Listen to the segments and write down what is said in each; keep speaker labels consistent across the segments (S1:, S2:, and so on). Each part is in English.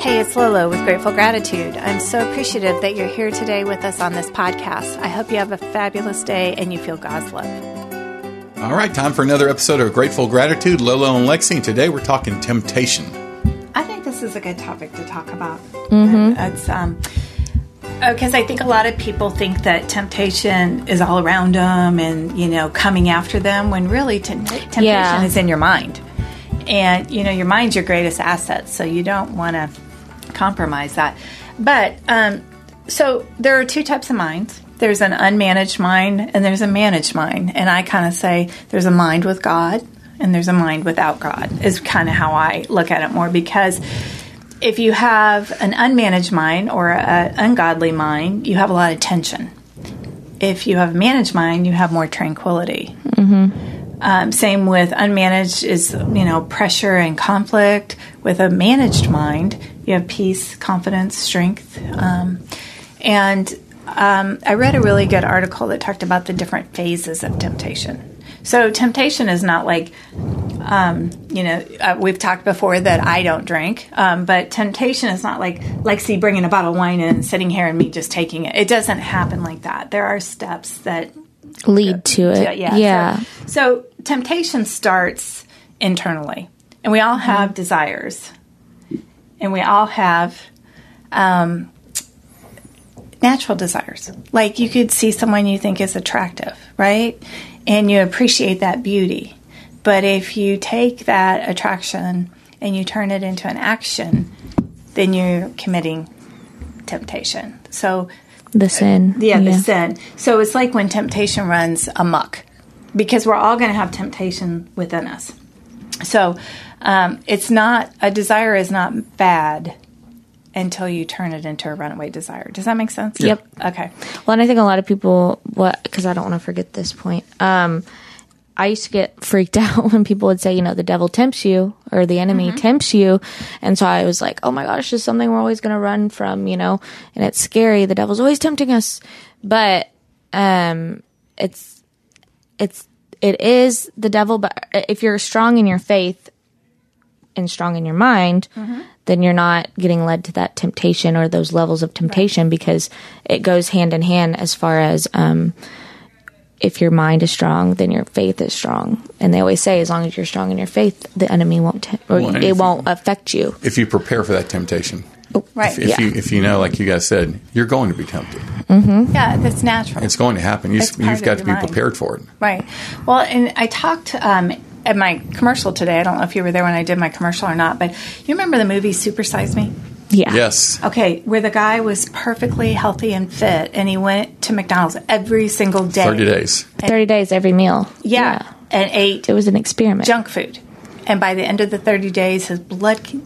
S1: Hey, it's Lolo with Grateful Gratitude. I'm so appreciative that you're here today with us on this podcast. I hope you have a fabulous day and you feel God's love.
S2: All right, time for another episode of Grateful Gratitude. Lolo and Lexi, and today we're talking temptation.
S1: I think this is a good topic to talk about. It's um, because I think a lot of people think that temptation is all around them and you know coming after them, when really tem- temptation
S3: Yeah.
S1: is in your mind, and you know your mind's your greatest asset, so you don't want to compromise that. But um, so there are two types of minds. There's an unmanaged mind and there's a managed mind. And I kind of say there's a mind with God and there's a mind without God, is kind of how I look at it more. Because if you have an unmanaged mind or an ungodly mind, you have a lot of tension. If you have a managed mind, you have more tranquility. Um, same with unmanaged is you know pressure and conflict. With a managed mind, you have peace, confidence, strength, um, and um, I read a really good article that talked about the different phases of temptation. So temptation is not like you know, uh, we've talked before that I don't drink, um, but temptation is not like Lexi bringing a bottle of wine in and sitting here and me just taking it. It doesn't happen like that. There are steps that
S3: Lead to it.
S1: yeah.
S3: Yeah.
S1: So, so temptation starts internally, and we all have desires, and we all have um, natural desires. Like you could see someone you think is attractive, right? And you appreciate that beauty. But if you take that attraction and you turn it into an action, then you're committing temptation. So
S3: The sin.
S1: yeah, the sin. So it's like when temptation runs amok, because we're all going to have temptation within us. So um, it's not a desire is not bad until you turn it into a runaway desire. Does that make sense?
S3: Yep.
S1: Okay.
S3: Well, and I think a lot of people, what, because I don't want to forget this point. Um, I used to get freaked out when people would say, you know, the devil tempts you or the enemy
S1: Mm-hmm.
S3: tempts you. And so I was like, oh my gosh, this is something we're always going to run from, you know, and it's scary. The devil's always tempting us. But, um, it's, it's, it is the devil, but if you're strong in your faith and strong in your mind,
S1: Mm-hmm.
S3: then you're not getting led to that temptation or those levels of temptation because it goes hand in hand as far as um, if your mind is strong, then your faith is strong. And they always say, as long as you're strong in your faith, the enemy won't te- or
S2: Well,
S3: it
S2: anything-
S3: won't affect you.
S2: If you prepare for that temptation,
S1: Oh, Right.
S2: if, if
S3: Yeah.
S2: you if you know, like you guys said, you're going to be tempted.
S1: Yeah, that's natural.
S2: It's going to happen. You,
S1: It's
S2: just-
S1: part
S2: you've
S1: of
S2: got to
S1: your
S2: be
S1: mind.
S2: prepared for it.
S1: Right. Well, and I talked um, at my commercial today. I don't know if you were there when I did my commercial or not, but you remember the movie Super Size Me?
S3: Yeah.
S2: Yes.
S1: Okay, where the guy was perfectly healthy and fit, and he went to McDonald's every single day.
S2: 30 days.
S3: 30 days every meal.
S1: Yeah, and ate
S3: It was an experiment.
S1: junk food, and by the end of the thirty days, his blood c-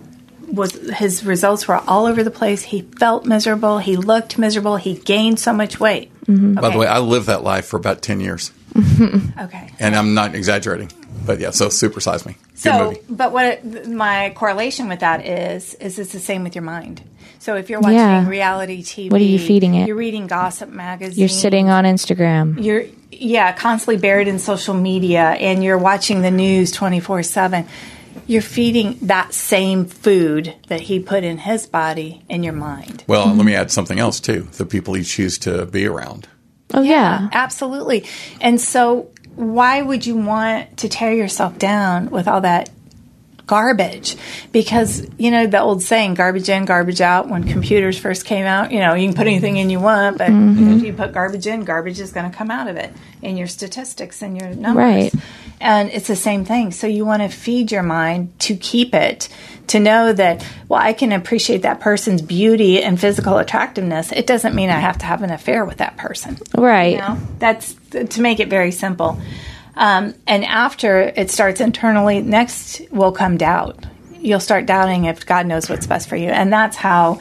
S1: was his results were all over the place. He felt miserable. He looked miserable. He gained so much weight.
S3: Mm-hmm.
S2: By the way, I lived that life for about 10 years.
S1: Okay.
S2: And I'm not exaggerating. But yeah, so supersize me. Good
S1: So,
S2: movie.
S1: but what it, my correlation with that is, is it's the same with your mind. So if you're watching
S3: Yeah.
S1: reality TV,
S3: What are you feeding it?
S1: You're reading gossip magazine.
S3: You're sitting on Instagram.
S1: you're yeah constantly buried in social media and you're watching the news 24-7 you're feeding that same food that he put in his body in your mind
S2: Well, let me add something else too the people you choose to be around.
S3: Oh, yeah.
S1: absolutely and so why would you want to tear yourself down with all that garbage because you know the old saying garbage in garbage out when computers first came out you know you can put anything in you want but if you put garbage in garbage is going to come out of it in your statistics and your numbers
S3: Right.
S1: and it's the same thing so you want to feed your mind to keep it to know that well i can appreciate that person's beauty and physical attractiveness it doesn't mean i have to have an affair with that person
S3: Right.
S1: you know? That's to make it very simple. Um, and after it starts internally, next will come doubt. You'll start doubting if God knows what's best for you, and that's how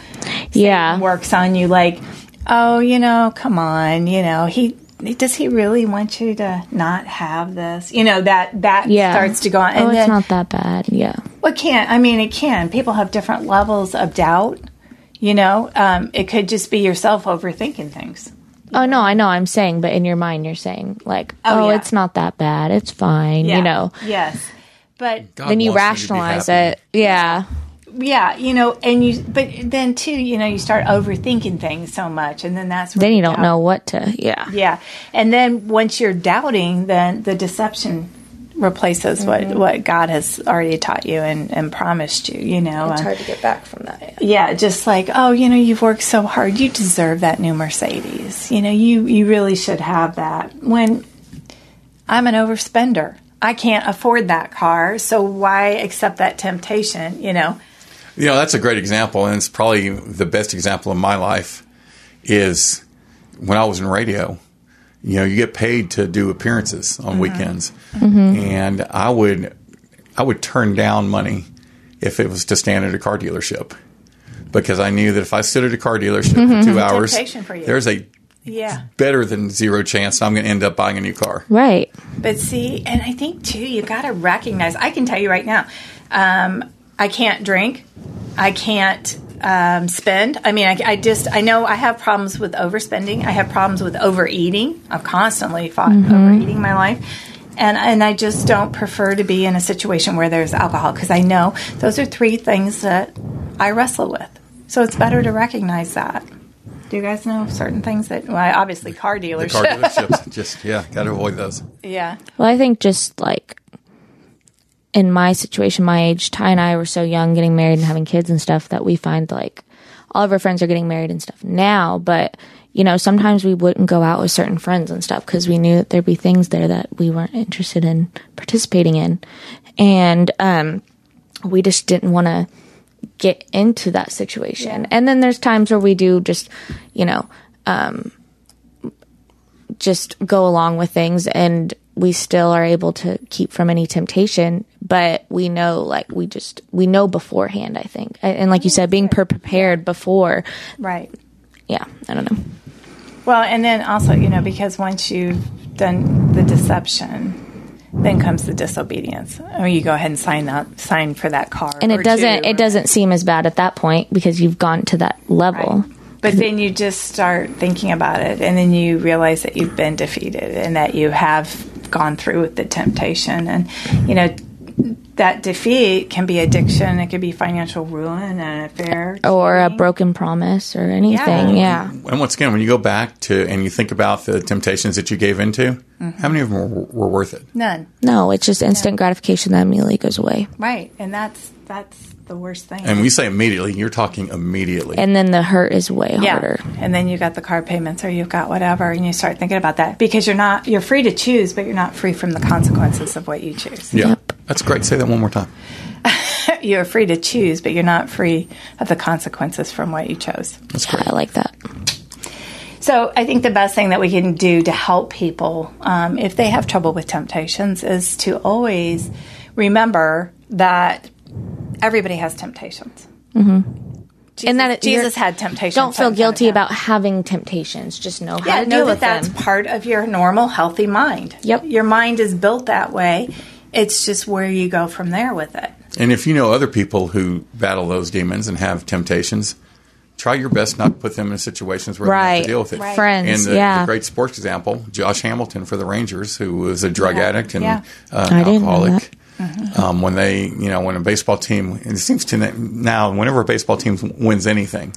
S3: Yeah.
S1: works on you. Like, oh, you know, come on, you know, he does he really want you to not have this? You know that that
S3: Yeah.
S1: starts to go on,
S3: oh,
S1: and
S3: it's
S1: then
S3: not that bad. Yeah.
S1: well, it can't. I mean, it can. People have different levels of doubt. You know, um, it could just be yourself overthinking things.
S3: Oh no, I know I'm saying, but in your mind you're saying like, oh,
S1: yeah.
S3: it's not that bad. It's fine,
S1: Yeah.
S3: you know.
S1: Yes, but
S2: God
S3: Then you
S2: wants me to be
S3: rationalize
S2: happy.
S3: it. Yeah.
S1: yeah, you know, and you, but then too, you know, you start overthinking things so much, and then that's when
S3: Then you don't
S1: doubt.
S3: know what to. Yeah.
S1: Yeah, and then once you're doubting, then the deception replaces
S3: Mm-hmm.
S1: what what God has already taught you and, and promised you. You know,
S4: It's
S1: Uh,
S4: hard to get back from that.
S1: yeah, just like oh, you know, you've worked so hard, you deserve that new Mercedes. You know, you you really should have that. When I'm an overspender, I can't afford that car, so why accept that temptation? You know.
S2: You know, that's a great example, and it's probably the best example of my life is when I was in radio. You know, you get paid to do appearances
S1: Mm-hmm.
S2: on weekends, and I would I would turn down money if it was to stand at a car dealership because I knew that if I stood at a car dealership for two hours,
S1: Mm-hmm. Temptation for you.
S2: there's a
S1: Yeah.
S2: better than zero chance I'm going to end up buying a new car.
S3: Right.
S1: But see, and I think too, you got to recognize. I can tell you right now, um, I can't drink, I can't um, spend. I mean, I, I just I know I have problems with overspending. I have problems with overeating. I've constantly fought overeating my life. And, and I just don't prefer to be in a situation where there's alcohol because I know those are three things that I wrestle with. So it's better to recognize that. Do you guys know certain things that, well, obviously car
S2: The
S1: dealers.
S2: car dealerships, just yeah, got to avoid those.
S1: yeah.
S3: Well, I think just like in my situation, my age, Ty and I were so young, getting married and having kids and stuff, that we find like all of our friends are getting married and stuff now. But you know, sometimes we wouldn't go out with certain friends and stuff because we knew that there'd be things there that we weren't interested in participating in, and um, we just didn't want to get into that situation.
S1: Yeah.
S3: And then there's times where we do just, you know, just go along with things and we still are able to keep from any temptation but we know like we just we know beforehand i think and, and like you said being pre- prepared before
S1: Right.
S3: yeah i don't know
S1: Well, and then also, you know, because once you've done the deception, then comes the disobedience. I mean, you go ahead and sign that, sign for that car,
S3: and
S1: or
S3: it doesn't
S1: two,
S3: it doesn't seem as bad at that point because you've gone to that level
S1: But then you just start thinking about it, and then you realize that you've been defeated and that you have gone through with the temptation, and you know. That defeat can be addiction. It could be financial ruin, an affair,
S3: or a
S1: cheating.
S3: broken promise or anything yeah,
S2: And once again, when you go back to and you think about the temptations that you gave into, how many of them were, were worth it?
S1: none.
S3: no it's just instant gratification that immediately goes away
S1: Right, and that's that's the worst thing.
S2: And when you say immediately, you're talking immediately.
S3: and then the hurt is way harder
S1: Yeah. And then you got the car payments or you've got whatever and you start thinking about that because you're not you're free to choose but you're not free from the consequences of what you choose.
S2: yeah,
S3: Yep.
S2: that's great. Say that one more time.
S1: You're free to choose but you're not free of the consequences from what you chose.
S2: That's great.
S3: i like that
S1: So I think the best thing that we can do to help people um, if they have trouble with temptations is to always remember that everybody has temptations. Mm-hmm. Jesus,
S3: And that it-
S1: Jesus
S3: you're-
S1: had temptations.
S3: don't feel
S1: time and time
S3: guilty
S1: again.
S3: about having temptations just know how
S1: Yeah,
S3: to deal
S1: know that
S3: with them
S1: that's part of your normal, healthy mind.
S3: Yep.
S1: Your mind is built that way. It's just where you go from there with it.
S2: And if you know other people who battle those demons and have temptations, try your best not to put them in situations where they have
S3: Right.
S2: to deal with it.
S1: Right.
S3: Friends,
S2: And the,
S3: yeah.
S2: the great sports example, Josh Hamilton for the Rangers, who was a drug
S1: Yeah.
S2: addict and
S1: Yeah.
S2: uh,
S3: I didn't know
S2: alcoholic. Um, when they, you know, when a baseball team, and it seems to now, whenever a baseball team wins anything,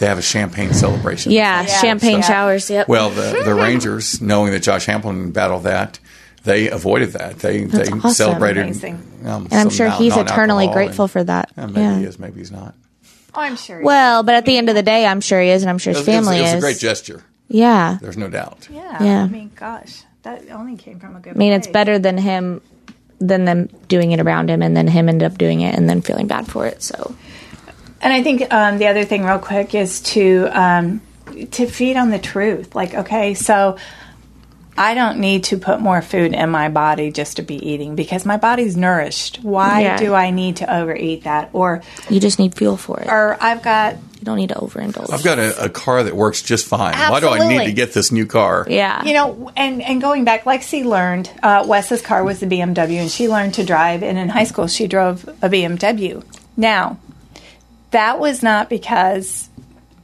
S2: they have a champagne celebration.
S3: Yeah,
S1: Yeah.
S3: champagne
S1: Yeah.
S3: showers. Yep.
S2: Well, the,
S3: Hmm.
S2: the Rangers, knowing that Josh Hamilton battled that, they avoided that. They
S3: That's
S2: they
S3: awesome.
S2: celebrated.
S1: Amazing.
S2: um,
S3: and
S2: some
S3: I'm sure
S2: non-
S3: he's eternally
S2: non-alcohol
S3: grateful
S2: and-
S3: for that.
S2: Yeah, maybe
S3: Yeah.
S2: he is. Maybe he's not.
S1: Oh, I'm sure.
S3: Well, but at the end of the day, I'm sure he is, and I'm sure
S2: It
S3: his
S2: was- it was-
S3: family
S2: it was,
S3: is.
S2: a great gesture.
S3: yeah.
S2: There's no doubt.
S1: yeah.
S3: yeah.
S1: I mean, gosh, that only came from a good.
S3: I mean, it's better than him than them doing it around him, and then him end up doing it, and then feeling bad for it. So
S1: And I think um, the other thing, real quick, is to um, to feed on the truth. Like, okay, so I don't need to put more food in my body just to be eating because my body's nourished. Why
S3: Yeah.
S1: do I need to overeat that? Or,
S3: you just need fuel for it.
S1: or I've got
S3: You don't need to overindulge.
S2: I've got a, a car that works just fine. Why do I need
S1: Absolutely.
S2: to get this new car?
S3: yeah.
S1: you know and and going back lexi learned uh, wes's car was the bmw and she learned to drive and in high school she drove a bmw now that was not because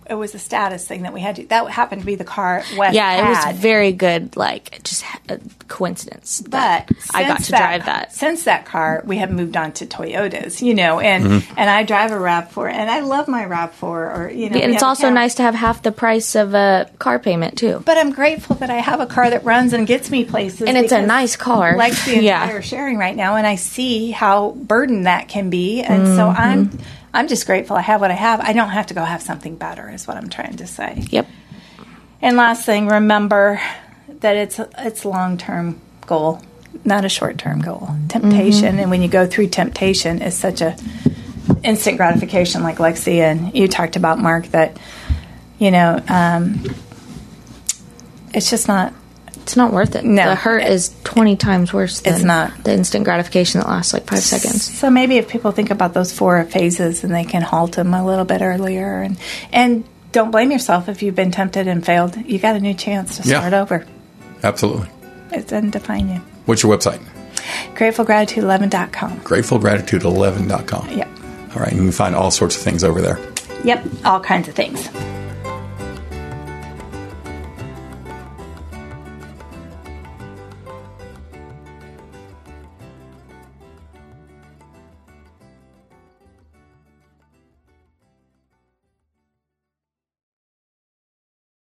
S1: it was a status thing that we had to. That happened to be the car Wes
S3: Yeah, it
S1: had.
S3: was very good. Like just ha- a coincidence that
S1: but
S3: I got
S1: since
S3: to drive that.
S1: Since that car, we have moved on to Toyotas, you know, and and I drive a Rav4, and I love my Rav4, or you know,
S3: And
S1: we have
S3: it's
S1: a
S3: also
S1: Camry.
S3: nice to have half the price of a car payment too.
S1: But I'm grateful that I have a car that runs and gets me places,
S3: And it's a
S1: because
S3: nice car.
S1: Like the
S3: Yeah.
S1: entire sharing right now, and I see how burdened that can be, and so
S3: Mm-hmm.
S1: I'm I'm just grateful I have what I have. I don't have to go have something better, is what I'm trying to say.
S3: Yep.
S1: And last thing, remember that it's it's long term goal, not a short term goal. Temptation, and when you go through temptation, is such a instant gratification. Like Lexi and you talked about, Mark, that you know, um, it's just not.
S3: It's not worth it.
S1: No.
S3: The hurt is 20 times worse than
S1: It's not.
S3: the instant gratification that lasts like five seconds.
S1: So maybe if people think about those four phases and they can halt them a little bit earlier, and and don't blame yourself if you've been tempted and failed. You got a new chance to
S2: Yeah.
S1: start over.
S2: Absolutely.
S1: It doesn't define you.
S2: What's your website?
S1: GratefulGratitude11.com.
S2: GratefulGratitude11.com.
S1: Yep.
S2: All right. You can find all sorts of things over there.
S1: Yep, all kinds of things.